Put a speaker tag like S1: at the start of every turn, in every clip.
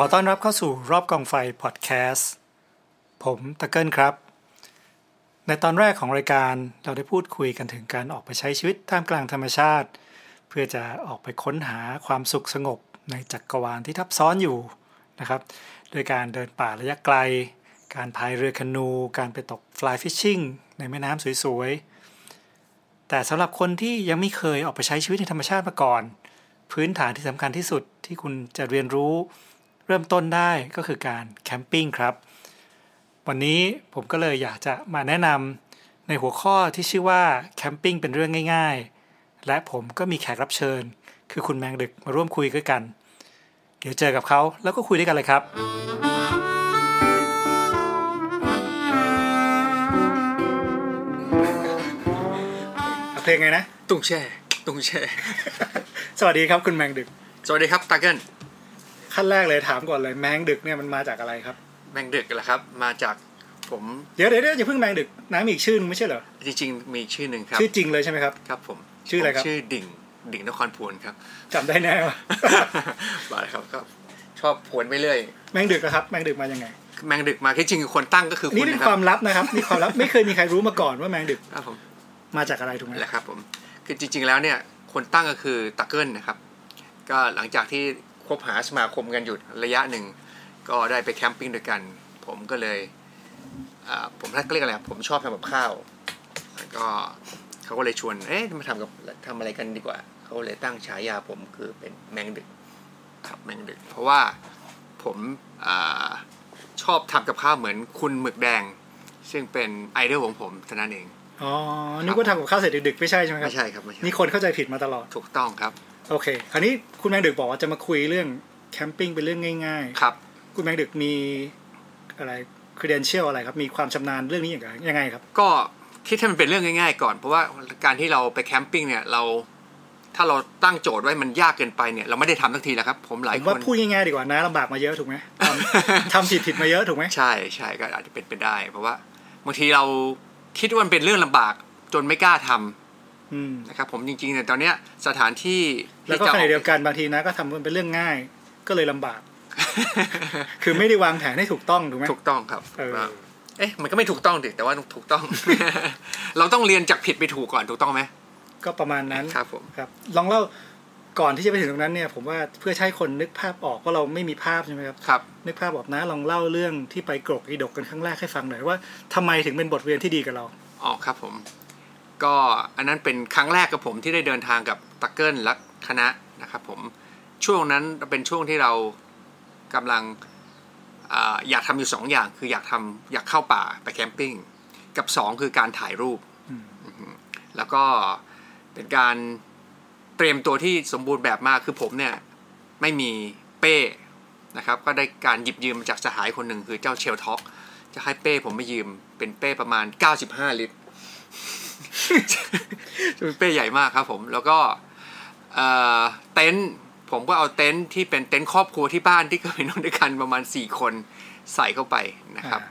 S1: อต้อนรับเข้าสู่รอบกองไฟพอดแคสต์ ผมตะเกิลครับ ในตอนแรกของรายการเราได้พูดคุยกันถึงการออกไปใช้ชีวิตท่ามกลางธรรมชาติ เพื่อจะออกไปค้นหาความสุขสงบในจักรวาลที่ทับซ้อนอยู่นะครับ โดยการเดินป่าระยะไกล การพายเรือแคนู การไปตกฟลายฟิชชิ่งในแม่น้ำสวยๆ แต่สำหรับคนที่ยังไม่เคยออกไปใช้ชีวิตในธรรมชาติมาก่อน พื้นฐานที่สำคัญที่สุดที่คุณจะเรียนรู้ เริ่มต้นได้ก็คือการแคมปิ้งครับ วันนี้ผมก็เลยอยากจะมาแนะนำในหัวข้อที่ชื่อว่าแคมปิ้งเป็นเรื่องง่ายๆ และผมก็มีแขกรับเชิญ คือคุณแมงดึกมาร่วมคุยด้วยกัน เดี๋ยวเจอกับเขาแล้วก็คุยด้วยกันเลยครับ เพลงไงนะ
S2: ตุงแช่ตุงแช่
S1: สวัสดีครับคุณแมงดึก
S2: สวัสดีครับตาเกิล
S1: ขั้นแรกเลยถามก่อนเลยแมงดึกเนี่ยมันมาจากอะไรครับ
S2: แมงเด็กเหรอครับ มาจากผม
S1: เดี๋ยวเดี๋ยวเดี๋ยวอย่าเพิ่งแมงดึกน้ำมีอีกชื่อนึงไม่ใช่เหรอ
S2: จริงๆ มีอีกชื่อหนึ่งครับ
S1: ชื่อจริงเลยใช่ไหมครับ
S2: ครับผม
S1: ชื่ออะไรครับ
S2: ผมชื่อดิ่ง ดิ่งนครพวน ครับ
S1: จำได้แน่ว่า
S2: มาเลยครับก็ชอบพวนไปเรื่อย
S1: แมงดึกอะครับแมงดึกมายังไง
S2: แมงดึกมาที่จริงคนตั้งก็คือ
S1: นี่
S2: คุณ
S1: เป็น
S2: นะค
S1: ครับ วามลับนะครับนี่ความลับ ไม่เคยมีใครรู้มาก่อนว่าแมงดึก
S2: ครับผม
S1: มาจากอะไรถูกไหม
S2: นั่นแหละครับผมคือจริง ๆ แล้วเนี่ยคนตั้งก็คือตาเกิลนะครับ ก็หลังจากที่คบหาสมาคมกันอยู่ระยะหนึ่ง ก็ได้ไปแคมปิ้งด้วยกัน ผมก็เลยอ่าผมเรียกอะไรผมชอบทำกับข้าว แล้วก็เขาก็เลยชวน เอ๊ะมาทำกับทำอะไรกันดีกว่า เขาเลยตั้งฉายาผมคือเป็นแมงดึกครับแมงดึก เพราะว่าผมอาชอบทำกับข้าวเหมือนคุณหมึกแดง ซึ่งเป็นไอดอลของผมเท่านั้นเอง
S1: อ๋อนึกว่าทำกับข้าวเสร็จดึกๆไม่ใช่ใช่ไหมครั
S2: ไม่
S1: บ
S2: ใช่ครับไม่ใช่
S1: นี่คนเข้าใจผิดมาตลอด
S2: ถูกต้องครับ
S1: โอเค คราวนี้คุณแมงดึกบอกว่าจะมาคุยเรื่องแคมปิ้งเป็นเรื่องง่าย
S2: ครับ
S1: ๆ คุณแมงดึกมีอะไรคร e เดนเชียลอะไรครับมีความชำนาญเรื่องนี้อย่างไรยังไงครับ
S2: ก็คิดให้มันเป็นเรื่องง่าย ๆ ก่อน เพราะว่าการที่เราไปแคมปิ้งเนี่ยเราถ้าเราตั้งโจทย์ไว้มันยากเกินไปเนี่ยเราไม่ได้ทำทักทีแล้วครับ ผมหลาย
S1: ผม
S2: ค
S1: ว่าน พูดง่ายๆดีกว่านะลำบากมาเยอะถูกไหมทำ ทำผิดผิดมาเยอะถูกไหม
S2: ใช่ใช่ก็อาจจะเป็นไปได้ เพราะว่าบางทีเราคิดว่ามันเป็นเรื่องลำบากจนไม่กล้าทำ
S1: อืม
S2: นะครับ ผมจริงๆเนี่ยตอนเนี้ยสถานที่
S1: แล้วก็
S2: ที่จะ
S1: ขณะเดียวกันบางทีนะก็ทำมันเป็นเรื่องง่าย ก็เลยลำบาก คือไม่ได้วางแผนให้ถูกต้องถูกไหม
S2: ถูกต้องครับ
S1: เออ
S2: ว่าเอ๊ะมันก็ไม่ถูกต้องดิแต่ว่าถูกต้อง เราต้องเรียนจากผิดไปถูกก่อนถูกต้องไหม
S1: ก็ประมาณนั้น
S2: ครับผม
S1: ครับลองเล่าก่อนที่จะไปถึงตรงนั้นเนี่ยผมว่าเพื่อใช้คนนึกภาพออกว่าเราไม่มีภาพใช่ไหมครับ
S2: ครับ
S1: นึกภาพออกนะลองเล่าเรื่องที่ไปกรกอีดกกันครั้งแรกให้ฟังหน่อยว่าทำไมถึงเป็นบทเรียนที่ดีกับเรา
S2: อ๋อครับผม ก็อันนั้นเป็นครั้งแรกกับผมที่ได้เดินทางกับตักเกิลและคณะนะครับผมช่วงนั้นเป็นช่วงที่เรากำลังอาอยากทำอยู่สองอย่าง คืออยากทำอยากเข้าป่าไปแคมปิ้งกับสองคือการถ่ายรูป
S1: อืม
S2: อือฮึแล้วก็เป็นการเตรียมตัวที่สมบูรณ์แบบมากคือผมเนี่ยไม่มีเป้นะครับ ก็ได้การหยิบยืมมาจากสหายคนหนึ่งคือเจ้าเชลท็อก จะให้เป้ผมไม่ยืมเป็นเป้ประมาณ 95 ลิตร จะเป็นเป้ใหญ่มากครับผม แล้วก็เอ่อเต็นท์ผมก็เอาเต็นท์ที่เป็นเต็นท์ครอบครัวที่บ้านที่เคยนอนด้วยกันประมาณ 4 คนใส่เข้าไปนะครับ
S1: อ่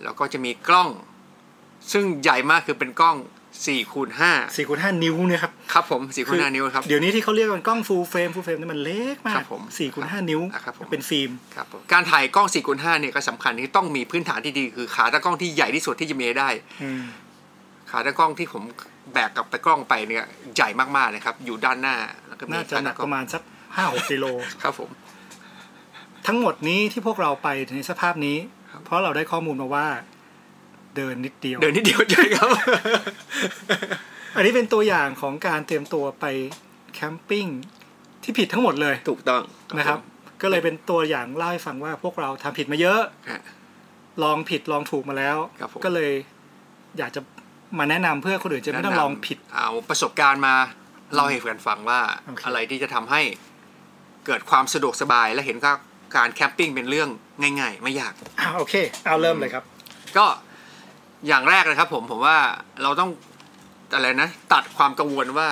S1: า
S2: แล้วก็จะมีกล้อง ซึ่งใหญ่มากคือเป็นกล้อง4คูณ
S1: สี่คูณห้านิ้วเนี่ยครับ
S2: 5ครับผม4คูณ5นิ้วครับ
S1: เดี๋ยวนี้ที่เขาเรียกกันกล้องฟูลเฟรมฟูลเฟรมนี่ยมันเล็กมา
S2: ครั
S1: ก
S2: บผม
S1: สี่คูณห้านิ้ว
S2: ครับผม
S1: เป็นฟิล์ม
S2: ครับผมการถ่ายกล้อง4คูณ5เนี่ยก็สำคัญที่ต้องมีพื้นฐานที่ดี คือขาตากล้องที่ใหญ่ที่สุดที่จะมีให้ได้
S1: อืม
S2: ขาตากล้องที่ผมแบกกลับตากล้องไปเนี่ยใหญ่มากๆเลยครับ อยู่ด้านหน้าแล้วก็มี
S1: น่าจะ
S2: ขา
S1: หนั
S2: ตาก ก
S1: ป
S2: ล้อง
S1: ระมาณสักห้าหกกิโล
S2: ครับผม
S1: ทั้งหมดนี้ที่พวกเราไปในสภาพนี้
S2: ครับ
S1: เพราะเราได้ข้อมูลมาว่า เดินนิดเดียว
S2: เดินนิดเดียวใช่ครับ
S1: อันนี้เป็นตัวอย่างของการเตรียมตัวไปแคมปิ้งที่ผิดทั้งหมดเลย
S2: ถูกต้อง
S1: นะครับ ก็เลยเป็นตัวอย่างเล่าให้ฟังว่าพวกเราทำผิดมาเยอะ
S2: ฮะ
S1: ลองผิดลองถูกมาแล้ว
S2: ครับผม
S1: ก็เลยอยากจะมาแนะนำเพื่อคนอื่นจะไม่ต้องลองผิด
S2: เอาประสบการณ์มาเล่าให้แฟนฟังว่า
S1: โอเค
S2: อะไรที่จะทำให้เกิดความสะดวกสบายและเห็นว่าการแคมปิ้งเป็นเรื่องง่าย ๆ ไม่ยาก
S1: อ่าโอเค เอาเริ่มเลยครับ
S2: ก็อย่างแรกนะครับผมผมว่าเราต้องอะไรนะตัดความกังวลว่า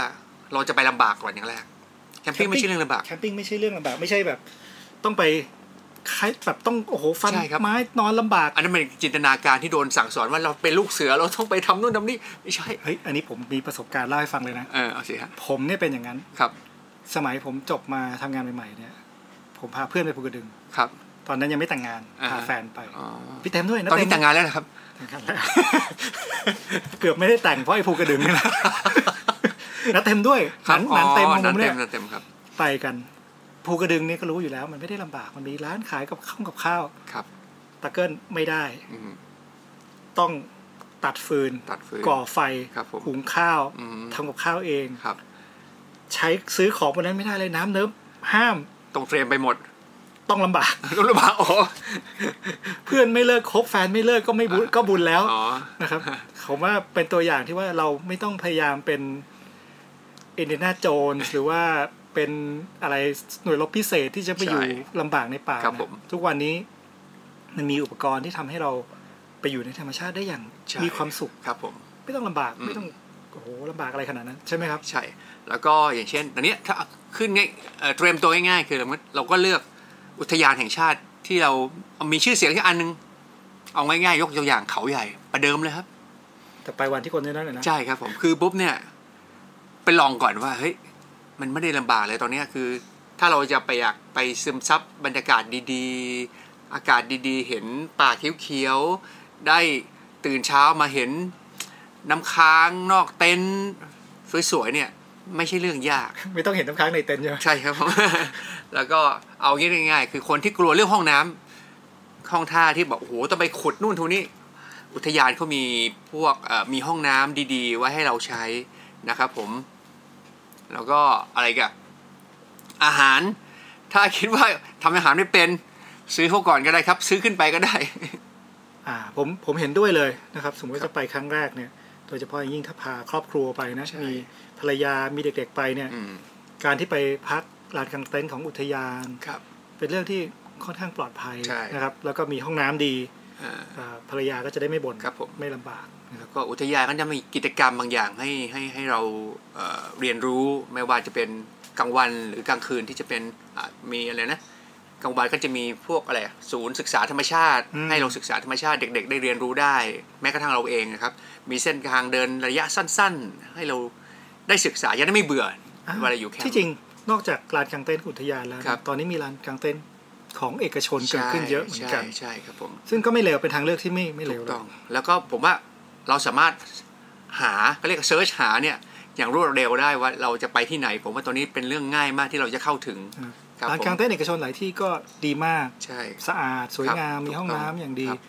S2: เราจะไปลำบากก่อนอย่างแรกแคมปิ้งไม่ใช่เรื่องลำบาก
S1: แคมปิ้งไม่ใช่เรื่องลำบากไม่ใช่แบบ ต้องไปคล้ายแบบต้องโอ้โหฟัน
S2: ใช่ครับ
S1: ไม้นอนลำบาก
S2: อันนั้นเป็นจินตนาการที่โดนสั่งสอนว่าเราเป็นลูกเสือเราต้องไปทำนู่นทำนี่ไม่ใช่
S1: เฮ้ยอันนี้ผมมีประสบการณ์เล่าให้ฟังเลยนะ
S2: เออเอาสิฮะ
S1: ผมเนี่ยเป็นอย่างนั้น
S2: ครับ
S1: สมัยผมจบมาทำงานใหม่ๆเนี่ย ผมพาเพื่อนไปภูกระดึง
S2: ครับ
S1: ตอนนั้นยังไม่แต่งงาน
S2: อ่า
S1: พาแฟนไป
S2: อ๋อ
S1: พี่เต็มด้วยนะ
S2: ตอนนี้
S1: เม
S2: แต่งงานแล้วนะครับ
S1: แต่งงานแล้ว เกือบไม่ได้แต่งเพราะไอ้ภูกระดึงนี่แห ละนะเต็มด้วยห
S2: ครั
S1: นั
S2: บ
S1: นหนันเต็มของผ
S2: หนัน
S1: ม
S2: เต็
S1: เนี่
S2: ม
S1: ย
S2: หนันเต็มครับ
S1: ไปกันภูกระดึงเนี่ยก็รู้อยู่แล้ว มันไม่ได้ลำบากมันมีร้านขายกับข้าวกับข้าว
S2: ครับ
S1: ตะเกิลไม่ได้
S2: อืม
S1: ต้องตัดฟืน
S2: ตัดฟืน
S1: ก่อไฟ
S2: ครับผม
S1: หุงข้าว
S2: อืม
S1: ทำกับข้าวเอง
S2: ครับ
S1: ใช้ซื้อของบนนั้นไม่ได้เลยน้ำเนิ้มห้าม
S2: ตรงเฟรมไปหมด
S1: ต้องลำบาก
S2: รู้หรือเปล่าอ๋อ
S1: เพื่อนไม่เลิกคบแฟนไม่เลิกก็ไม่บุญก็บุญแล้ว
S2: อ๋อ
S1: นะครับ ผมว่าเป็นตัวอย่างที่ว่าเราไม่ต้องพยายามเป็นอินเด a นาโจนหรือว่าเป็นอะไรหน่วยรบพิเศษที่จะไปอยู่
S2: ใช่
S1: ลำบากในป่า
S2: ครับ
S1: นะ
S2: ผม
S1: ทุกวันนี้มันมีอุปกรณ์ที่ทำให้เราไปอยู่ในธรรมชาติได้อย่าง
S2: ใช่
S1: มีความสุข
S2: ครับผม
S1: ไม่ต้องลำบาก
S2: อืม
S1: ไม่ต้องโอ้โหลำบากอะไรขนาดนั้นใช่ไหมครับ
S2: ใช่ แล้วก็อย่างเช่นอันเนี้ยถ้าขึ้นง่ายเอ่อเตรียมตัวง่ายๆคือเราเราก็เลือกอุทยานแห่งชาติที่เรามีชื่อเสียงที่อันนึง เอาง่ายๆ ยกตัวอย่างเขาใหญ่ประเดิมเลยครับ
S1: แต่ไปวันที่คนน้อยๆหน่อยนะ
S2: ใช่ครับผมคือปุ๊บเนี่ยไปลองก่อนว่าเฮ้ยมันไม่ได้ลำบากเลยตอนเนี้ยคือ ถ้าเราจะไปอยากไปซึมซับบรรยากาศดีๆ อากาศดีๆ เห็นป่าเขียวๆได้ตื่นเช้ามาเห็นน้ำค้างนอกเต็นท์สวยๆเนี่ยไม่ใช่เรื่องยาก
S1: ไม่ต้องเห็นน้ำค้างในเต็นท์ใช่ไหม
S2: ใช่ครับผม แล้วก็เอางี้ง่ายๆ คือคนที่กลัวเรื่องห้องน้ำห้องท่าที่บอกโอ้โหต้องไปขุดนู่นทุนนี่อุทยานเขามีพวกเอ่อมีห้องน้ำดีๆ ไว้ให้เราใช้นะครับผม แล้วก็อะไรอีกันอาหาร ถ้าคิดว่าทำอาหารไม่เป็น ซื้อเขาก่อนก็ได้ครับ ซื้อขึ้นไปก็ได้
S1: อ่าผมผมเห็นด้วยเลยนะครับ สมมติว่าจะไปครั้งแรกเนี่ยโดยเฉพาะอย่างยิ่งถ้าพาครอบครัวไปนะ
S2: ใช่
S1: มีภรรยามีเด็กๆไปเนี่ย
S2: อืม
S1: การที่ไปพักลานกางเต็นท์ของอุทยาน
S2: ครับ
S1: เป็นเรื่องที่ค่อนข้างปลอดภัย
S2: ใช่
S1: นะครับ แล้วก็มีห้องน้ำดี
S2: อ่า
S1: อ่าภรรยาก็จะได้ไม่บ่น
S2: ครับผม
S1: ไม่ลำบากนะครับ
S2: ก็อุทยานก็จะมีกิจกรรมบางอย่างให้ให้ให้เราเอ่อเรียนรู้ไม่ว่าจะเป็นกลางวันหรือกลางคืนที่จะเป็นอ่ะมีอะไรนะกลางวันก็จะมีพวกอะไรอ่ะศูนย์ศึกษาธรรมชาติ ให้เราศึกษาธรรมชาติเด็ก ๆ ได้เรียนรู้ได้ แม้กระทั่งเราเองนะครับ มีเส้นทางเดินระยะสั้น ๆ ให้เราได้ศึกษาจะได้ไม่เบื่ออเวลาอยู่แคมป์
S1: ที่จริงนอกจากลานกางเต็นท์ของอุทยานแล้วนะครับ ตอนนี้มีลานกางเต็นท์ของเอกชนเกิดขึ้นเยอะเหมือนกัน
S2: ใช่ใช่ครับผม
S1: ซึ่งก็ไม่เลวเป็นทางเลือกที่ไม่ไม่เลวหร
S2: ต้
S1: อ
S2: อก งแล้วก็ผมว่าเราสามารถหาก็เรียกเซิร์ชหาเนี่ยอย่างรวดเร็วได้ว่าเราจะไปที่ไหน ผมว่าตอนนี้เป็นเรื่องง่ายมากที่เราจะเข้าถึง
S1: นะครับ
S2: ครับ
S1: ลาน
S2: ผม
S1: กางเต็นท์เอกชนหลายที่ก็ดีมาก
S2: ใช่
S1: สะอาดสวยงาม
S2: ครับ
S1: มีห้อง
S2: ถูกต้อง
S1: น้ำอย่างดี
S2: ครับ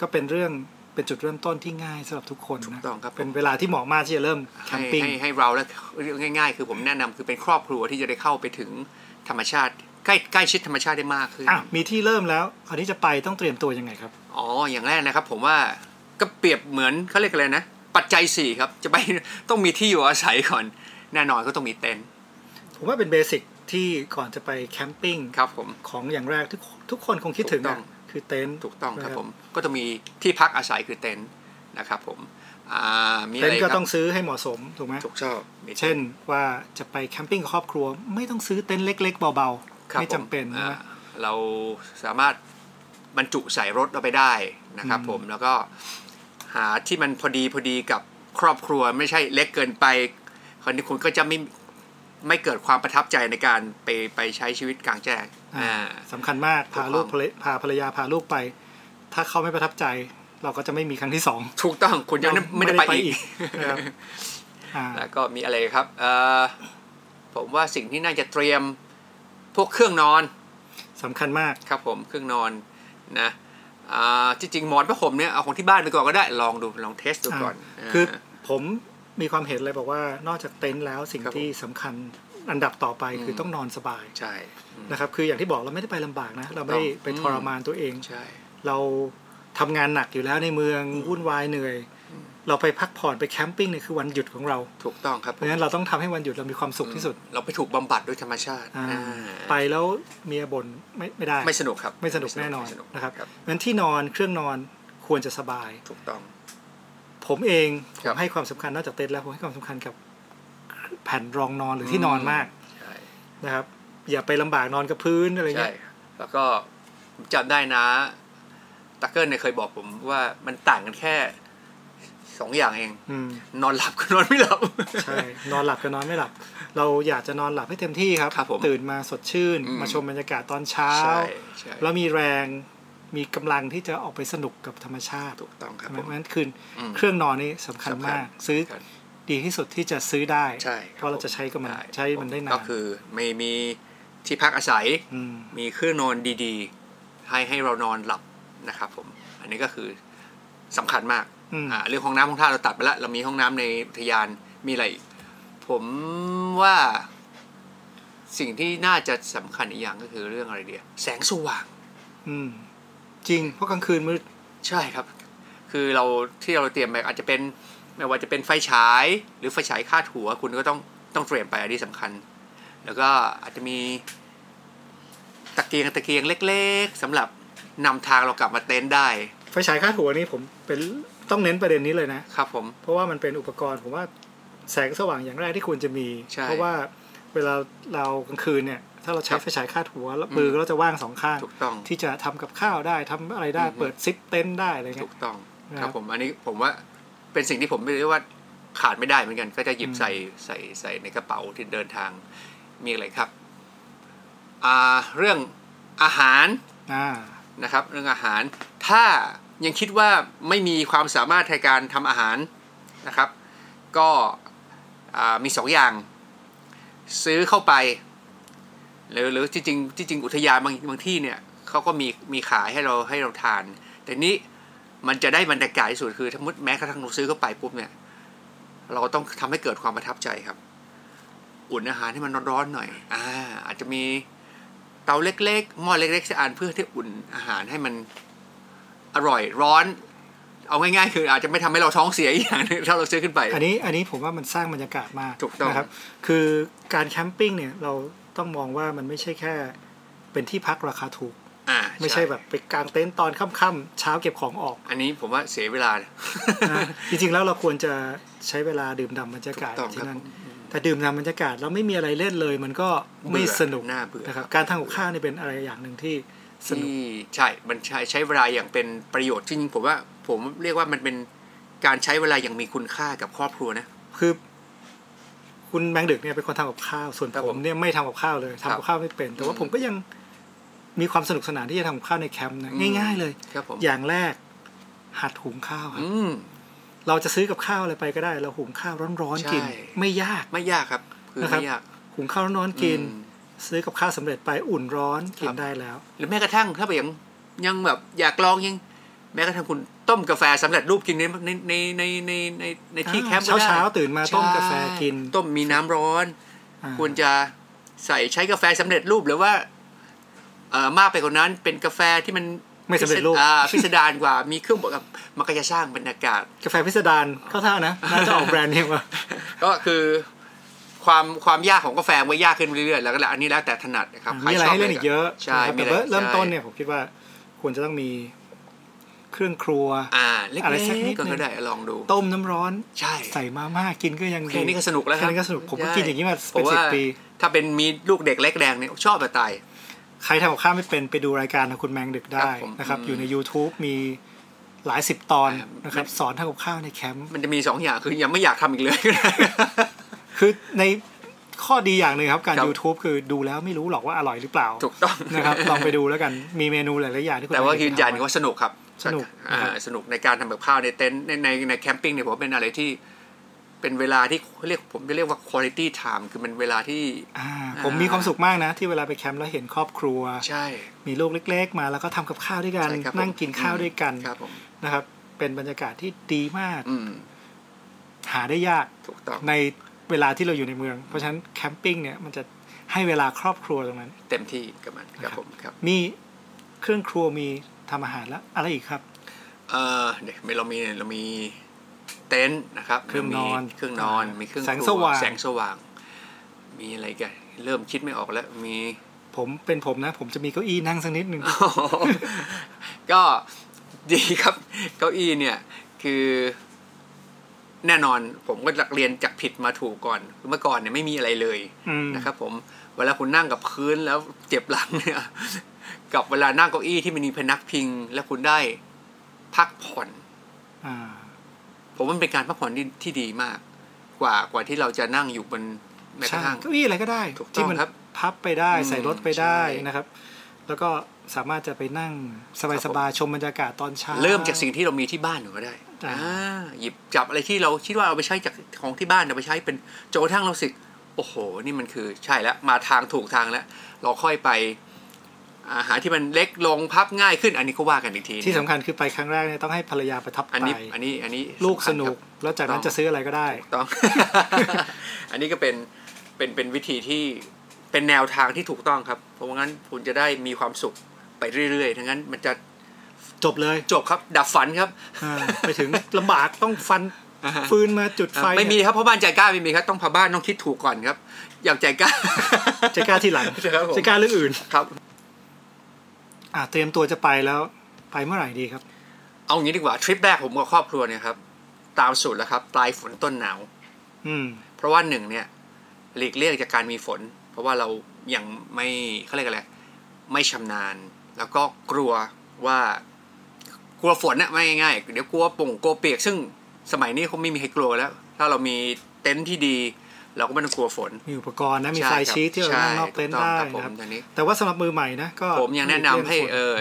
S1: ก็เป็นเรื่องเป็นจุดเริ่มต้นที่ง่ายสำหรับทุกคน
S2: ถู
S1: นะ
S2: กต้องครับ
S1: เป็นเวลาที่เหมาะมากที่จะเริ่มแค
S2: ให้
S1: มปิ้ง
S2: ให้ให้เราแล้วเรื่องง่าย ๆ คือผมแนะนำคือเป็นครอบครัวที่จะได้เข้าไปถึงธรรมชาติ ใกล้ใกล้ชิดธรรมชาติได้มากขึ้น
S1: อ่ะมีที่เริ่มแล้วคราวนี้จะไปต้องเตรียมตัวยังไงครับ
S2: อ๋อ อย่างแรกนะครับ ผมว่าก็เปรียบเหมือนเขาเรียกอะไรนะ ปัจจัยสี่ครับ จะไป ต้องมีที่อยู่อาศัยก่อน แน่นอนก็ต้องมีเต็นท์
S1: ผมว่าเป็นเบสิกที่ก่อนจะไปแคมปิ้ง
S2: ครับผม
S1: ของอย่างแรกทุกทุกคนคงคิดถึง
S2: ถูกต้
S1: นะ
S2: อง
S1: คือเต็นท์
S2: ถูกต้องครับ
S1: นะ
S2: ผม ก็จะมีที่พักอาศัยคือเต็นท์นะครับผมอ่ามีอะ
S1: เต็น
S2: ไร
S1: ท์
S2: ค
S1: ก็
S2: รับ
S1: ต้องซื้อให้เหมาะสมถูกไหม
S2: ถูกชอบมี
S1: เช่นว่าจะไปแคมปิ้งกับครอบครัว ไม่ต้องซื้อเต็นท์เล็ก ๆ เบาๆ
S2: ครับ
S1: ไม่จำเป็น
S2: ผมอ่า
S1: นะ
S2: เราสามารถบรรจุใส่รถเราไปได้นะครับ
S1: อืม
S2: ผมแล้วก็หาที่มันพอดีพอดีกับครอบครัวไม่ใช่เล็กเกินไปคราวนี้คุณก็จะไม่ไม่เกิดความประทับใจในการไปไปใช้ชีวิตกลางแจ้ง
S1: อ่า
S2: อ่า
S1: สำคัญมากพา
S2: ถูกต้อง
S1: ลูกพาภรรยาพาลูกไป ถ้าเขาไม่ประทับใจ เราก็จะไม่มีครั้งที่สอง
S2: ถูกต้องคุณจะไม่ได้ไปอี
S1: ไม่ได้
S2: ก
S1: ไปอีกนะครับอ่า
S2: แล้วก็มีอะไรครับเอ่อผมว่าสิ่งที่น่าจะเตรียมพวกเครื่องนอน
S1: สำคัญมาก
S2: ครับผมเครื่องนอนนะอ่าจริงๆหมอนผ้าห่มเนี่ยเอาของที่บ้านไปก่อนก็ได้ลองดูลองเทสดูก่อน
S1: อ่าคืออา ผมมีความเห็นเลยบอกว่านอกจากเต็นท์แล้วสิ่ง
S2: ครับผม
S1: ที่สำคัญอันดับต่อไปคือ
S2: ม
S1: ต้องนอนสบาย
S2: ใช่อืม
S1: นะครับ คืออย่างที่บอกเราไม่ได้ไปลำบากนะ เราไม่ได้ไป
S2: อืม
S1: ทรมานตัวเอง
S2: ใช่
S1: เราทำงานหนักอยู่แล้วในเมืองวุ่นวายเหนื่อย เราไปพักผ่อนไปแคมปิ้งเนี่ยคือวันหยุดของเรา
S2: ถูกต้องครับ
S1: เพราะฉะนั้นเราต้องทำให้วันหยุดเรามีความสุขที่สุด
S2: เราไปถูกบำบัดด้วยธรรมชาติ
S1: อ่า
S2: อ่า
S1: ไปแล้วเมียบ่นไม่ไม่ได้
S2: ไม่สนุกครับ
S1: ไม่สนุกแน่นอน
S2: ไม่ส
S1: นะครับเพราะฉะนั้นที่นอนเครื่องนอนควรจะสบาย
S2: ถูกต้อง
S1: ผมเองผ
S2: ครั
S1: ม
S2: บ
S1: ให้ความสำคัญนอกจากเต็นท์แล้วผมให้ความสำคัญกับแผ่นรองนอนหรือที่นอน
S2: อืม
S1: มาก
S2: ใช่
S1: นะครับ อย่าไปลำบากนอนกับพื้นอะไร
S2: ใช่
S1: เงี้ย
S2: แล้วก็จำได้นะตักเกิลเนี่ยเคยบอกผมว่ามันต่างกันแค่ สองอย่างเอง
S1: อืม
S2: นอนหลับ ก็นอนไม่หลับ
S1: ใช่ นอนหลับก็นอนไม่หลับ เราอยากจะนอนหลับให้เต็มที่ครับ
S2: ครับผม
S1: ตื่นมาสดชื่น
S2: อืม
S1: มาชมบรรยากาศตอนเช้า
S2: ใช่ใช่
S1: แล้วมีแรงมีกำลังที่จะออกไปสนุกกับธรรมชาติ
S2: ถูกต้องครับ
S1: เพ
S2: ผ
S1: ราะ
S2: ม
S1: ฉะนั้นคืน
S2: อืม
S1: เครื่องนอนนี่สำคัญ
S2: สำคัญ
S1: มาก ซื้อ
S2: ครับ
S1: ดีที่สุดที่จะซื้อได้
S2: ใช่คบ
S1: เพราะเราจะใช้กับมัน
S2: ได้
S1: ใช้มันได้นา
S2: ก็
S1: น
S2: คือไม่มีที่พักอาศัย
S1: ม
S2: มีเครื่องนอนดีๆ ให้ให้เรานอนหลับนะครับผม อันนี้ก็คือสำคัญมาก
S1: อืม
S2: อ่าเรื่องห้องน้ำห้องท่าเราตัดไปแล้ว เรามีห้องน้ำในอุทยานมีอะไรอีก ผมว่าสิ่งที่น่าจะสำคัญอีกอย่างก็คือเรื่องอะไรเดียแสงสว่าง
S1: อืมจริงเพราะกลางคืนมืด
S2: ใช่ครับ คือเราที่เราเตรียมไปอาจจะเป็นไม่ว่าจะเป็นไฟฉาย หรือไฟฉายคาดหัว คุณก็ต้องต้องเตรียมไปอันนี้สำคัญ แล้วก็อาจจะมีตะเกียงตะเกียงเล็กๆสำหรับนำทางเรากลับมาเต็นท์ได้
S1: ไฟฉายคาดหัวนี่ผมเป็นต้องเน้นประเด็นนี้เลยนะ
S2: ครับผม
S1: เพราะว่ามันเป็นอุปกรณ์ผมว่าแสงสว่างอย่างแรกที่ควรจะมี
S2: ใช่
S1: เพราะว่าเวลาเรากลางคืนเนี่ย ถ้าเราใช้
S2: ครับ
S1: ไฟฉายคาดหัวแล้ว
S2: อืม
S1: มือเราจะว่างสองข้าง
S2: ถูกต้อง
S1: ที่จะทำกับข้าวได้ทำอะไรได้
S2: อืม
S1: เปิดซิปเต็นท์ได้อะไร
S2: ถู
S1: เงี้ย
S2: กต้อง
S1: นะ
S2: ค
S1: ครั
S2: รับบ ผมอันนี้ผมว่าเป็นสิ่งที่ผมไม่รู้ว่าขาดไม่ได้เหมือนกัน ก็จะหยิบ
S1: อืม
S2: ใส่ใส่ใส่ในกระเป๋าที่เดินทางมีอะไรครับอ่าเรื่องอาหาร
S1: อ่า
S2: นะครับเรื่องอาหารถ้ายังคิดว่าไม่มีความสามารถในการทำอาหารนะครับ ก็อ่ามีสองอย่าง ซื้อเข้าไป หรือหรือที่จริงที่จริงอุทยานบางบางที่เนี่ยเขาก็มีมีขายให้เราให้เราทาน แต่นี้มันจะได้บรรยากาศที่สุดคือถ้ามุดแม้กระทั่งเราซื้อเข้าไปปุ๊บเนี่ย เราต้องทำให้เกิดความประทับใจครับ อุ่นอาหารให้มันร้อนๆหน่อยอ่าอาจจะมี เตาเล็กๆ หม้อเล็กๆสะอานเพื่อที่อุ่นอาหารให้มันอร่อยร้อน เอาง่ายๆ คืออาจจะไม่ทำให้เราท้องเสียอีกอย่างหนึง ถ้าเราซื้อขึ้นไป
S1: อันนี้อันนี้ผมว่ามันสร้างบรรยากาศมาก
S2: ถูกต้อง
S1: นะครับ คือการแคมปิ้งเนี่ยเราต้องมองว่ามันไม่ใช่แค่ เป็นที่พักราคาถูก
S2: อ่า
S1: ไม่ใช่แบบไปกางเต็นท์ตอนค่ำๆเช้าเก็บของออก
S2: อันนี้ผมว่าเสียเวลานะ
S1: นะจริงๆแล้วเราควรจะใช้เวลาดื่มด่ำบรรยากาศ
S2: ถูกต้อง
S1: ที่นั่น
S2: ครับ
S1: แต่ดื่มด่ำบรรยากาศแล้วไม่มีอะไรเล่นเลย มันก็ไม่
S2: เบื่อ
S1: สนุก
S2: น่าเบื่อ
S1: นะครับการทำกับข้าวนี่เป็นอะไรอย่างหนึ่งที่สนุก
S2: ที่ใช่มันใช้ใช้เวลาอย่างเป็นประโยชน์จริงๆผมว่า ผมเรียกว่ามันเป็นการใช้เวลาอย่างมีคุณค่ากับครอบครัวนะ
S1: คือ คุณแมงดึกเนี่ยเป็นคนทำกับข้าว ส่วน
S2: ครับ
S1: ผ
S2: ผม ม
S1: เนี่ยไม่ทำกับข้าวเลย
S2: ครับ
S1: ทำกับข้าวไม่เป็น แต่ว่า
S2: อืม
S1: ผมก็ยังมีความสนุกสนานที่จะทำกับข้าวในแคมป์นะง่าย ๆ เลย
S2: ครับผม
S1: อย่างแรก หัดหุงข้าวครับ
S2: อืม
S1: เราจะซื้อกับข้าวอะไรไปก็ได้ เราหุงข้าวร้อนๆกิน
S2: ใช่
S1: ไม่ยาก
S2: ไม่ยากครับ คือ
S1: นะครับ
S2: ไม่ยาก
S1: หุงข้าวร้อนๆกิน
S2: อืม
S1: ซื้อกับข้าวสำเร็จไปอุ่นร้อนกิ
S2: ครั
S1: น
S2: บ
S1: ได้แล้ว
S2: หรือแม้กระทั่งถ้าแบบยังยังแบบอยากลองยัง แม้กระทั่งคุณต้มกาแฟสำเร็จรูปกินในในในในในในในที่แคมป์ก็
S1: เช้า
S2: ได้
S1: เช้าๆตื่นมาต้มกาแฟกิน
S2: ใช่ต้มมีน้ำร้อน
S1: อ่า
S2: คุณจะใส่ใช้กาแฟสำเร็จรูปหรือว่าเอ่อมากไปกว่านั้นเป็นกาแฟที่มัน
S1: ไม่สำเร็จรูป
S2: อ่าพิสดารกว่ามีเครื่องบวกกับมันก็จะสร้างบรรยากาศ
S1: กาแฟพิสดารเข้าท่านะน่าจะออกแบรนด์เองว่ะ
S2: ก็คือความความยากของกาแฟมันก็ยากขึ้นเรื่อยๆแล้วก็แหละอันนี้แล้วแต่ถนัดนะครับ
S1: มีอะไร
S2: คชบ
S1: ให้เล่นอีกเยอะ
S2: ใช่
S1: นะครับ
S2: มี
S1: แต่
S2: อะไร
S1: ว่าเริ่มต้นเนี่ย
S2: ใช่
S1: ผมคิดว่าควรจะต้องมีเครื่องครัว
S2: อ่าเล็ก
S1: อะไรสักนิด
S2: ๆ
S1: ห
S2: ก็
S1: นึ่ง
S2: ได้ลองดู
S1: ต้มน้ำร้อน
S2: ใช่
S1: ใส่มาม่ากินก็ยัง
S2: แค่นี้ก็สนุกแล้วครับ
S1: แค่นี้ก็สนุกผมก็
S2: ใช่
S1: กินอย่างนี้มา
S2: ผ
S1: เป็นสิ
S2: มว่า
S1: บปี
S2: ถ้าเป็นมีลูกเด็กเล็กแดงเนี่ยชอบแต่ตาย
S1: ใครทำกับข้าวไม่เป็นไปดูรายการของคุณแมงดึกได้
S2: ครับผม
S1: นะครับ
S2: อืม
S1: อยู่ใน YouTube มีหลายสิบตอน
S2: ครับ
S1: นะครับ สอนทำกับข้าวในแคมป์
S2: มันจะมีสองอย่างคือยังไม่อยากทำอีกเลย
S1: คือในข้อดีอย่างหนึ่งครับ การ
S2: ครับ
S1: YouTube คือดูแล้วไม่รู้หรอกว่าอร่อยหรือเปล่า
S2: ถูกต้อง
S1: นะครับ ลองไปดูแล้วกันมีเมนูหลายๆอย่างที่คุณ
S2: แต่ว่า
S1: แมงดึ
S2: ยื
S1: ก
S2: นยัน
S1: ทำไว้
S2: ว่าสนุกครับ
S1: สนุก
S2: อ่า
S1: ครับ
S2: สนุกในการทำแบบข้าวในเต็นท์ในในในแคมปิ้งเนี่ยผมว่าเป็นอะไรที่ เป็นเวลาที่เรียกผมจะเรียกว่า quality time คือมันเวลาที่
S1: อ่า
S2: อ่า
S1: ผมมีความสุขมากนะ ที่เวลาไปแคมป์แล้วเห็นครอบครัว
S2: ใช่
S1: มีลูกเล็ก ๆ มาแล้วก็ทำกับข้าวด้วยกัน
S2: ใช่ครับผม
S1: นั่งกินข้าวด้วยกัน
S2: ครับผม
S1: นะครับ เป็นบรรยากาศที่ดีมาก
S2: อืม
S1: หาได้ยาก
S2: ถูกต้อง
S1: ในเวลาที่เราอยู่ในเมือง เพราะฉะนั้นแคมปิ้งเนี่ยมันจะให้เวลาครอบครัวตรงนั้น
S2: เต็มที่กับมันค
S1: ครั
S2: รับบ ผมครับ
S1: มีเครื่องครัวมีทำอาหารแล้วอะไรอีกครับ
S2: เออเดี๋ยวเรามีเรามีเต็นท์นะครับ
S1: เครื่องนอน
S2: มีเครื่องนอนมีเครื่อง
S1: แสง
S2: ครั
S1: สว่าง
S2: แสงสว่าง มีอะไรอีกันเริ่มคิดไม่ออกแล้วมี
S1: ผมเป็นผมนะ ผมจะมีเก้าอี้นั่งสักนิดหนึ่ง
S2: ก็ดีครับเก้าอี้เนี่ยคือแน่นอนผมก็เรียนจากผิดมาถูกก่อนคือเมื่อก่อนเนี่ยไม่มีอะไรเลย
S1: อืม
S2: นะครับผมเวลาคุณนั่งกับพื้นแล้วเจ็บหลังเนี่ย กับเวลานั่งเก้าอี้ที่มันมีพนักพิง แล้วคุณได้พักผ่อน
S1: อ่า
S2: ผมว่ามันเป็นการพักผ่อนที่ที่ดีมาก กว่ากว่าที่เราจะนั่งอยู่บนแม้ก
S1: ใช่
S2: ระทั่ง
S1: เก้าอี้อะไรก็ได้
S2: ถูกต้อง
S1: ที่มั
S2: ครับ
S1: พับไปได้
S2: อืม
S1: ใส่รถไปได้
S2: ใช่
S1: นะครับ แล้วก็สามารถจะไปนั่งสบายๆชมบรรยากาศตอนเช้า
S2: เริ่มจากสิ่งที่เรามีที่บ้านหนูก็ได้
S1: อ่า
S2: อ่าหยิบจับอะไรที่เราคิดว่าเอาไปใช้จากของที่บ้านเอาไปใช้เป็นโจนกระทั่งเราสิโอ้โห นี่มันคือใช่แล้วมาทางถูกทางแล้ว เราค่อยไปอาหารที่มันเล็กลงพับง่ายขึ้น อันนี้ก็ว่ากันอีกที
S1: ที่สำ
S2: นะ
S1: คัญคือไปครั้งแรกเนี่ยต้องให้ภรรยาประทับ
S2: อัน
S1: ใจ
S2: นี้อันนี้อันนี้
S1: ลูกส
S2: ำคัญ
S1: นุ
S2: ครั
S1: ก
S2: บ
S1: แล้วจากนั้น
S2: ต้อง
S1: จะซื้ออะไรก็ได้
S2: ต้อง อันนี้ก็เป็นเป็นเป็นวิธีที่เป็นแนวทางที่ถูกต้องครับ เพราะว่างั้นคุณจะได้มีความสุขไปเรื่อยๆทั้งนั้นมันจะ
S1: จบเลย
S2: จบครับ ดับฝันครับ
S1: อ่าไป ถึงลำบากต้องฟันฟืนมาจุดไฟ
S2: ไม่มี
S1: เนี่ย
S2: ครับเพราะบ้านใจกล้าไม่มีครับต้องพาบ้านต้องคิดถูกก่อนครับ อยากใจกล้า
S1: จะกล้าที่หลัง
S2: ครับผม
S1: จะกล้าเรื่องอื่น
S2: ครับ
S1: อ่ะเตรียมตัวจะไปแล้วไปเมื่อไหร่ดีครับ
S2: เอางี้ดีกว่าทริปแรกผมกับครอบครัวเนี่ยครับตามสูตรแล้วครับ ปลายฝนต้นหนาว
S1: อืม
S2: เพราะว่าหนึ่งเนี่ยหลีกเลี่ยงจากการมีฝน เพราะว่าเรายังไม่เขาเรียกอะไรไม่ชำนาญ แล้วก็กลัวว่ากลัวฝนน่ะไม่ง่ายๆเดี๋ยวกลัวป่งกลัวเปียกซึ่งสมัยนี้คงไม่มีใครกลัวแล้ว ถ้าเรามีเต็นท์ที่ดี เราก็ไม่ต้องกลัวฝน
S1: มีอุปกรณ์นะมีไฟ
S2: ใครับ
S1: ชีทที่เรานั่งนอกเต็นท์ได้
S2: ใช่ถูกองค
S1: นะค
S2: รับผม
S1: รับ
S2: ตอนนี้
S1: แต่ว่าสำหรับมือใหม่นะก็
S2: ผมยังแนะนำให้เออ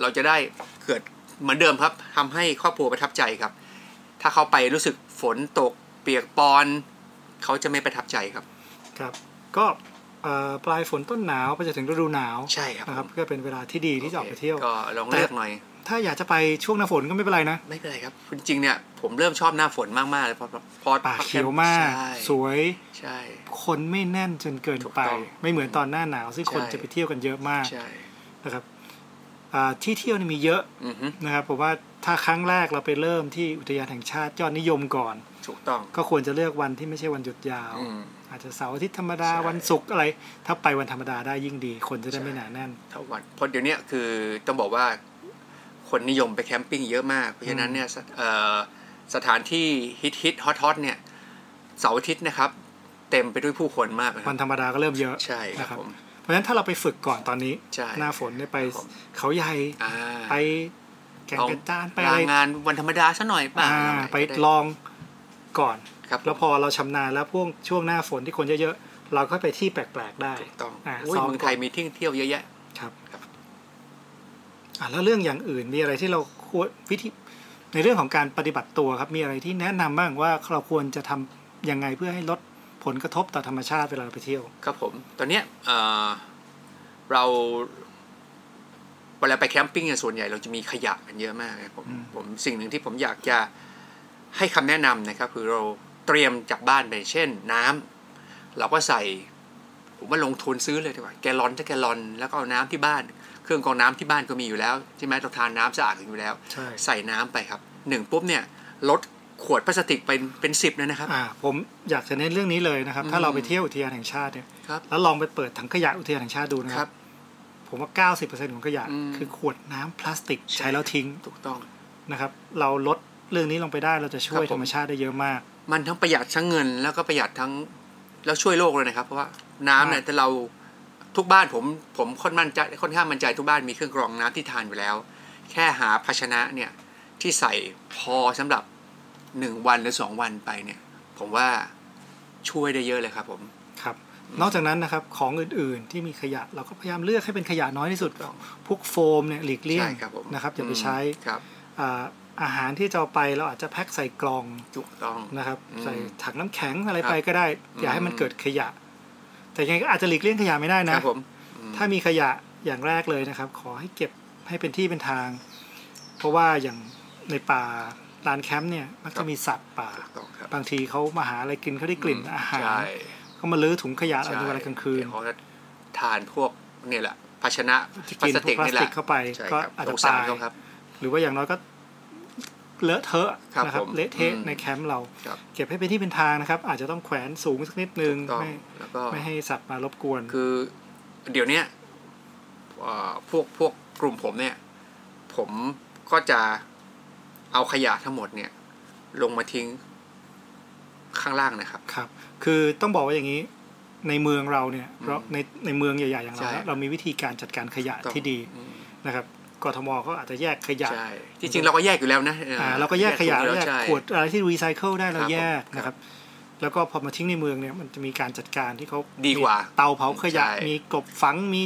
S2: เราจะได้เกิดเหมือนเดิมครับทำให้ครอบครัวประทับใจครับ ถ้าเขาไปรู้สึกฝนตกเปียกปอน เขาจะไม่ประทับใจครับ
S1: ครับ ก็เอ่อปลายฝนต้นหนาวไปจนถึงฤดูหนาว
S2: ใช่ครับ
S1: นะครับ
S2: ผม
S1: ก็เป็นเวลาที่ดีที่จะออกไปเที่ยว
S2: ก็ลองเลือกหน่อย
S1: ถ้าอยากจะไปช่วงหน้าฝนก็ไม่เป็นไรนะ
S2: ไม่เป็นไรครับจริงๆเนี่ยผมเริ่มชอบหน้าฝนมากๆเลยเพราะเพอ
S1: ป่าเขียวมาก
S2: ใช่
S1: สวย
S2: ใช่
S1: คนไม่แน่นจนเกิน
S2: ถูก
S1: ไป
S2: ต้อง
S1: ไม่เหมือนตอนหน้าหนาว ซึ่ง
S2: ใช่
S1: คนจะไปเที่ยวกันเยอะมาก
S2: ใช่
S1: นะครับอ่าที่เที่ยวนี่มีเยอะ
S2: อือฮึ
S1: นะครับผมว่าถ้าครั้งแรกเราไปเริ่มที่อุทยานแห่งชาติยอดนิยมก่อน
S2: ถูกต้อง
S1: ก็ควรจะเลือกวันที่ไม่ใช่วันหยุดยาว
S2: อืม
S1: อาจจะเสาร์อาทิตย์ธรรมดา
S2: ใช่
S1: วันศุกร์อะไร ถ้าไปวันธรรมดาได้ยิ่งดี คนจะได้ไม่หนาแน่น
S2: เท่าวันเพราะเดี๋ยวเนี้ยคือต้องบอกว่าคนนิยมไปแคมปิ้งเยอะมาก เพราะฉะนั้นเนี่ยสเอ่อสถานที่ฮิตฮิตฮอตฮอตเนี่ยเสาร์อาทิตย์นะครับ เต็มไปด้วยผู้คนมากนะค
S1: วั
S2: รั
S1: น
S2: บ
S1: ธรรมดาก็เริ่มเยอะ
S2: ใช่ครั
S1: นะ
S2: บ
S1: ครับ
S2: ผม
S1: เพราะฉะนั้นถ้าเราไปฝึกก่อนตอนนี้
S2: ใช่
S1: หน้าฝนเนี่ยไป
S2: ครับผม
S1: เขาใหญ่
S2: อ่า
S1: ไปแก่งกระจานไป
S2: ลา
S1: อะไร
S2: งานวันธรรมดาซะหน่อยป่ะ
S1: อ่าไปล
S2: ลอ
S1: อ
S2: ง
S1: งก่อน
S2: ครับ
S1: แล้วพอเราชำนาญแล้วพวกช่วงหน้าฝนที่คนเยอะๆ เราก็ไปที่แปลกๆได้
S2: ถูกต้อง
S1: า
S2: อุ้ย
S1: ซ้
S2: เมืองไทยมีที่เที่ยวเยอะแยะ
S1: ครับ
S2: ครับ
S1: อ่าแล้วเรื่องอย่างอื่นมีอะไรที่เราควรวิธีในเรื่องของการปฏิบัติตัวครับมีอะไรที่แนะนำบ้างว่าเราควรจะทำยังไงเพื่อให้ลดผลกระทบต่อธรรมชาติเวลาเราไปเที่ยว
S2: ครับผมตอนเนี้ยเอ่อเราเวลาไปแคมปิ้งเนี่ยส่วนใหญ่เราจะมีขยะกันเยอะมากนะผม
S1: อืม
S2: ผมสิ่งหนึ่งที่ผมอยากจะให้คำแนะนำนะครับ คือเราเตรียมจากบ้านไปเช่นน้ำเราก็ใส่ผมว่าลงทุนซื้อเลยดีกว่าแกลลอนถ้าแกลลอน แล้วก็เอาน้ำที่บ้าน เครื่องกรองน้ำที่บ้านก็มีอยู่แล้วใช่ไหมเราทานน้ำสะอาดกันอยู่แล้ว
S1: ใช่
S2: ใส่น้ำไปครับหนึ่งปุ๊บเนี่ยลดขวดพลาสติกเป็นเป็นสิบเลยนะครับ
S1: อ่าผมอยากจะเน้นเรื่องนี้เลยนะครับ ถ้า
S2: อืม
S1: เราไปเที่ยวอุทยานแห่งชาติเนี่ย
S2: ครับ
S1: แล้วลองไปเปิดถังขยะอุทยานแห่งชาติดูนะ
S2: ค
S1: ค
S2: รั
S1: รับ บ ผมว่า90%ของขยะ
S2: อืม
S1: คือขวดน้ำพลาสติกใช้แล้วทิ้ง
S2: ถูกต้อง
S1: นะครับ เราลดเรื่องนี้ลงไปได้เราจะช่วย
S2: ครับผม
S1: ธรรมชาติได้เยอะมาก
S2: มันทั้งประหยัดทั้งเงินแล้วก็ประหยัดทั้งแล้วช่วยโลกเลยนะครับเพราะว่าน้ำเนี่ยแต่เราทุกบ้านผมผมค่อนมั่นใจค่อนข้างมั่นใจทุกบ้านมีเครื่องกรองน้ำที่ทานอยู่แล้ว แค่หาภาชนะเนี่ยที่ใส่พอสำหรับหนึ่งวันหรือสองวันไปเนี่ย ผมว่าช่วยได้เยอะเลยครับผม
S1: ครับนอกจากนั้นนะครับของอื่นๆที่มีขยะเราก็พยายามเลือกให้เป็นขยะน้อยที่สุด
S2: ครับ
S1: พวกโฟมเนี่ยหลีกเลี่ยง
S2: ใช่ครับผม
S1: นะครับอย่าไปใช้
S2: อืมครับ
S1: อ่าอาหารที่จะเอาไปเราอาจจะแพ็คใส่กล่อง
S2: ถูกต้อง
S1: นะครับ
S2: อืม
S1: ใส่ถังน้ำแข็งอะไรไปก็ได้ อย่าให้มัน
S2: อืม
S1: เกิดขยะ แต่ยังไงก็อาจจะหลีกเลี่ยงขยะไม่ได้
S2: ค
S1: นะ
S2: รับผมอืม
S1: ถ้ามีขยะอย่างแรกเลยนะครับ ขอให้เก็บให้เป็นที่เป็นทาง เพราะว่าอย่างในป่าลานแคมป์เนี่ยมัก
S2: ครั
S1: จะ
S2: บ
S1: มีสัตว์ป่า
S2: ถูกต้องครับ
S1: บางทีเขามาหาอะไรกินเขาได้กลิ่นอาหาร
S2: ใช่
S1: เขามาลื้อถุงขยะเรา
S2: ใช่
S1: ในเวลากลางคืน
S2: เดี๋ยวเขาจะทานพวกเนี่ยแหละภาชนะ
S1: ที่
S2: พลา
S1: กิน
S2: ส
S1: พวก
S2: ติก
S1: พลา
S2: นี่
S1: ส
S2: แห
S1: ติก
S2: ละ
S1: เข้าไป
S2: ใช่
S1: ก็
S2: ครับ
S1: อาจ
S2: ส
S1: จะ
S2: งสา
S1: ตาร ย
S2: เขาครับ
S1: หรือว่าอย่างน้อยก็เลอะเทอะ
S2: ครับ
S1: นะครับ
S2: ผม
S1: เละเทะ
S2: อืม
S1: ในแคมป์เรา
S2: ครับ
S1: เก็บให้เป็นที่เป็นทางนะครับ อาจจะต้องแขวนสูงสักนิดนึง
S2: ถูกต้อง
S1: ไม่
S2: แล้วก็
S1: ไม่ให้สัตว์มารบกวน
S2: คือเดี๋ยวเนี้ยเอ่อพวกพวกกลุ่มผมเนี่ย ผมก็จะเอาขยะทั้งหมดเนี่ย ลงมาทิ้งข้างล่างนะครับ
S1: ครับ คือต้องบอกว่าอย่างนี้ ในเมืองเราเนี่ย
S2: อืม
S1: เราในในเมืองใหญ่ๆอย่างเรา
S2: ใช่
S1: เนี่ยเรามีวิธีการจัดการขยะที่ดี
S2: อืม
S1: นะครับ กทมเขาอาจจะแยกขยะ
S2: ใช่ที่จริงเราก็แยกอยู่แล้วนะ
S1: อ่าเราก็แยกขยะ
S2: ถุงอ
S1: แย
S2: ยู่แล้ว
S1: ก
S2: ใช่
S1: ขวดอะไรที่รีไซเคิลได้เรา
S2: ครับ
S1: แยกนะครับ แล้วก็พอมาทิ้งในเมืองเนี่ยมันจะมีการจัดการที่เขา
S2: ดีกว่ามี
S1: เตาเผาขยะ
S2: ใช่
S1: มีกลบฝังมี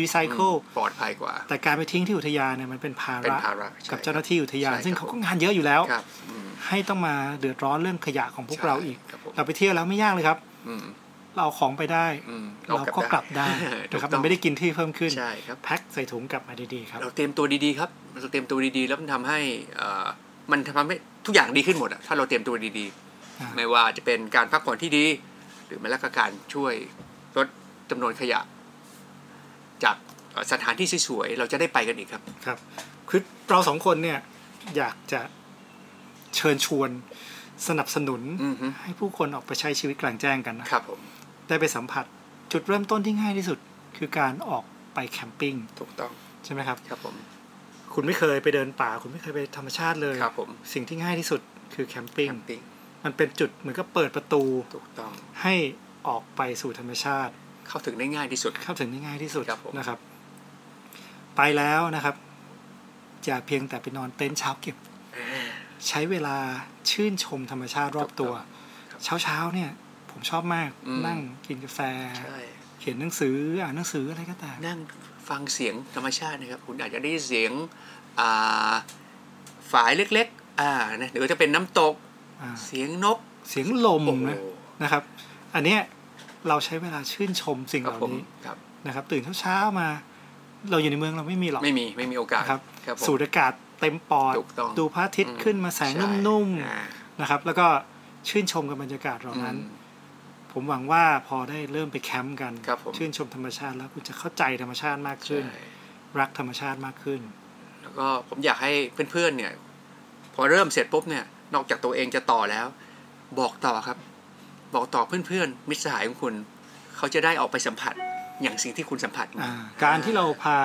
S1: รีไซเคิล
S2: ปลอดภัยกว่า
S1: แต่การไปทิ้งที่อุทยานเนี่ยมันเป็นภา
S2: เป็น
S1: ระ
S2: ภาระใช่
S1: กับเจ้าหน้าที่อุทยาน
S2: ใช่
S1: ซึ่ง
S2: ครั
S1: เขา
S2: บ
S1: ก็งานเยอะอยู่แล้ว
S2: ครับอืม
S1: ให้ต้องมาเดือดร้อนเรื่องขยะของพวก
S2: ใช่
S1: เราอีก
S2: ครับผม
S1: เราไปเที่ยวแล้วไม่ยากเลยครับ
S2: อืม
S1: เราเอาของไปได้
S2: อืม
S1: เราก็กลับได้
S2: ถู
S1: นะครับ
S2: ต้
S1: มั
S2: อน ง
S1: ไม่ได้กินที่เพิ่มขึ้น
S2: ใช่ครับ
S1: แพ็คใส่ถุงกลับมาดีๆครับ
S2: เราเตรียมตัวดีๆครับ เราเตรียมตัวดีๆ แล้วมันทำให้เอ่อมันทำให้ทุกอย่างดีขึ้นหมดอะถ้าเราเตรียมตัวดี
S1: อ่า
S2: ๆ ไม่ว่าจะเป็นการพักผ่อนที่ดี หรือแม้แต่การช่วยลดจำนวนขยะ จากเอ่อสถานที่สวยๆ เราจะได้ไปกันอีกครับ
S1: ครับคือเราสองคนเนี่ยอยากจะเชิญชวนสนับสนุน
S2: อือฮึ
S1: ให้ผู้คนออกไปใช้ชีวิตกลางแจ้งกันนะครับ
S2: ผม
S1: ได้ไปสัมผัสจุดเริ่มต้นที่ง่ายที่สุด คือการออกไปแคมปิ้ง
S2: ถูกต้อง
S1: ใช่ไหมครับ
S2: ครับผม
S1: คุณไม่เคยไปเดินป่า คุณไม่เคยไปธรรมชาติเลย
S2: ครับผม
S1: สิ่งที่ง่ายที่สุดคือแคมปิ้ง
S2: แคมปิ้ง
S1: มันเป็นจุดเหมือนกับเปิดประตู
S2: ถูกต้อง
S1: ให้ออกไปสู่ธรรมชาติ
S2: เข้าถึงได้ง่ายที่สุด
S1: เข้าถึงได้ง่ายที่สุด
S2: ครับผม
S1: นะครับ ไปแล้วนะครับอย่าเพียงแต่ไปนอนเต็นท์เช้าเก็บ ใช้เวลาชื่นชมธรรมชาติรอบตัว เช้าเช้าๆเนี่ย ผมชอบมาก
S2: อืม
S1: นั่งกินกาแฟ
S2: ใช่
S1: เขียนหนังสืออ่านหนังสืออะไรก็ตาม
S2: นั่งฟังเสียงธรรมชาตินะครับ คุณอาจจะได้ยินเสียงอ่าฝายเล็กๆอ่านะหรือจะเป็นน้ำตก
S1: อ่า
S2: เสียงนก
S1: เสียงลม
S2: โอ้โห
S1: นะนะครับ อันเนี้ยเราใช้เวลาชื่นชมสิ่ง
S2: ครั
S1: เห
S2: บ
S1: ล่า
S2: ผม
S1: นี้
S2: ครับ
S1: นะครับ ตื่นเช้าเช้าๆมา เราอยู่ในเมืองเราไม่มีหรอก
S2: ไม่มีไม่มีโอกาส
S1: นะครับ
S2: ผม
S1: สูดอากาศเต็มปอด
S2: ถูกต้อง
S1: ดูพระอาทิตย์
S2: อืม
S1: ขึ้นมาแสง
S2: ใช่
S1: นุ่ม
S2: อ่า
S1: ๆนะครับ แล้วก็ชื่นชมกับบรรยากาศเหล่านั้น
S2: อืม
S1: ผมหวังว่าพอได้เริ่มไปแคมป์กัน
S2: ครับผม
S1: ชื่นชมธรรมชาติแล้วคุณจะเข้าใจธรรมชาติมากขึ้น
S2: ใช่
S1: รักธรรมชาติมากขึ้น
S2: แล้วก็ผมอยากให้เพื่อนๆเนี่ย พอเริ่มเสร็จปุ๊บเนี่ย นอกจากตัวเองจะต่อแล้ว บอกต่อครับ บอกต่อเพื่อนๆมิตรสหายของคุณ เขาจะได้ออกไปสัมผัสอย่างสิ่งที่คุณสัมผัสม
S1: อ่าการที่เราพา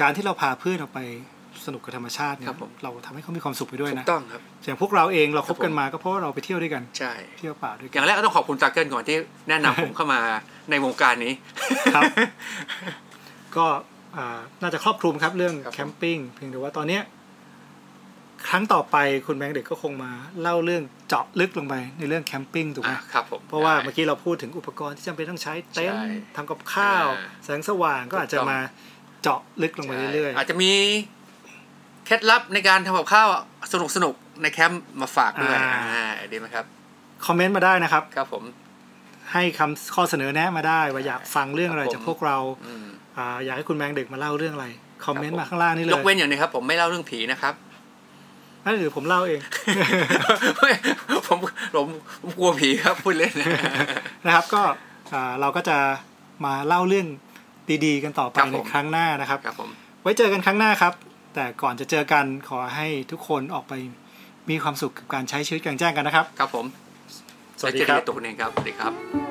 S1: การที่เราพาเพื่อนออกไปสนุกกับธรรมชาติเนี่
S2: ครั
S1: ย
S2: บผม
S1: เราทำให้เขามีความสุขไปด้วย
S2: ถู
S1: นะ
S2: กต้องครับ
S1: อย่างพวกเราเองเราคบกัน
S2: ผม
S1: มาก็เพราะว่าเราไปเที่ยวด้วยกัน
S2: ใช่
S1: เที่ยวป่าด้วย
S2: อ
S1: กัน
S2: ย่างแรกก็ต้องขอบคุณตาเกิลก่อนที่แนะนำผมเข้ามาในวงการนี้
S1: ครับ ก็อ่าน่าจะครอบคลุมครับเรื่อง
S2: ครับผม
S1: แคมปิ้งเพียงแต่ว่าตอนเนี้ยครั้งต่อไปคุณแบงค์เด็กก็คงมาเล่าเรื่องเจาะลึกลงไปในเรื่องแคมปิ้งถูกไหม
S2: อ่ะครับผม
S1: เพราะว่าเมื่อกี้เราพูดถึงอุปกรณ์ที่จำเป็นต้องใช้เต็น
S2: ใช่
S1: ท์ทำกับข้าว
S2: อ่า
S1: แสงสว่างก็อาจจะ
S2: ถูกต้อง
S1: มาเจาะลึกลงไปเรื่อย
S2: อาจจะมีเคล็ดลับในการทำกับข้าวสนุกสนุกๆในแคมป์มาฝากด้วยอ่าดีไหมครับ
S1: ๆคอมเมนต์มาได้นะครับ
S2: ครับผม
S1: ให้คำข้อเสนอแนะมาได้ ว่าอยากฟังเรื่องอะไร
S2: ครับผม
S1: จากพวกเรา
S2: อืม
S1: อ่าอยากให้คุณแมงเด็กมาเล่าเรื่องอะไรคอมเมนต์
S2: ครับผม
S1: มาข้างล่างนี่เลย
S2: ยกเว้นอย่างหนึงครับ ผมไม่เล่าเรื่องผีนะครับ
S1: นั่นหรือผมเล่าเอง
S2: ผมผมผมกลัวผีครับพูดเล่น นะ
S1: นะครับ ก็อ่าเราก็จะมาเล่าเรื่องดีๆ กันต่อไป
S2: ครับ
S1: ใน
S2: ผม
S1: ครั้งหน้านะครับ
S2: ครับผม
S1: ไว้เจอกันครั้งหน้าครับ แต่ก่อนจะเจอกันขอให้ทุกคนออกไปมีความสุขกับการใช้ชีวิตกลางแจ้งกันนะครับ
S2: ครับผม
S1: สวัสดี
S2: แล้
S1: ค
S2: เจอกัน
S1: รับ
S2: ในตัวคุณเองครับสวัสดีครับ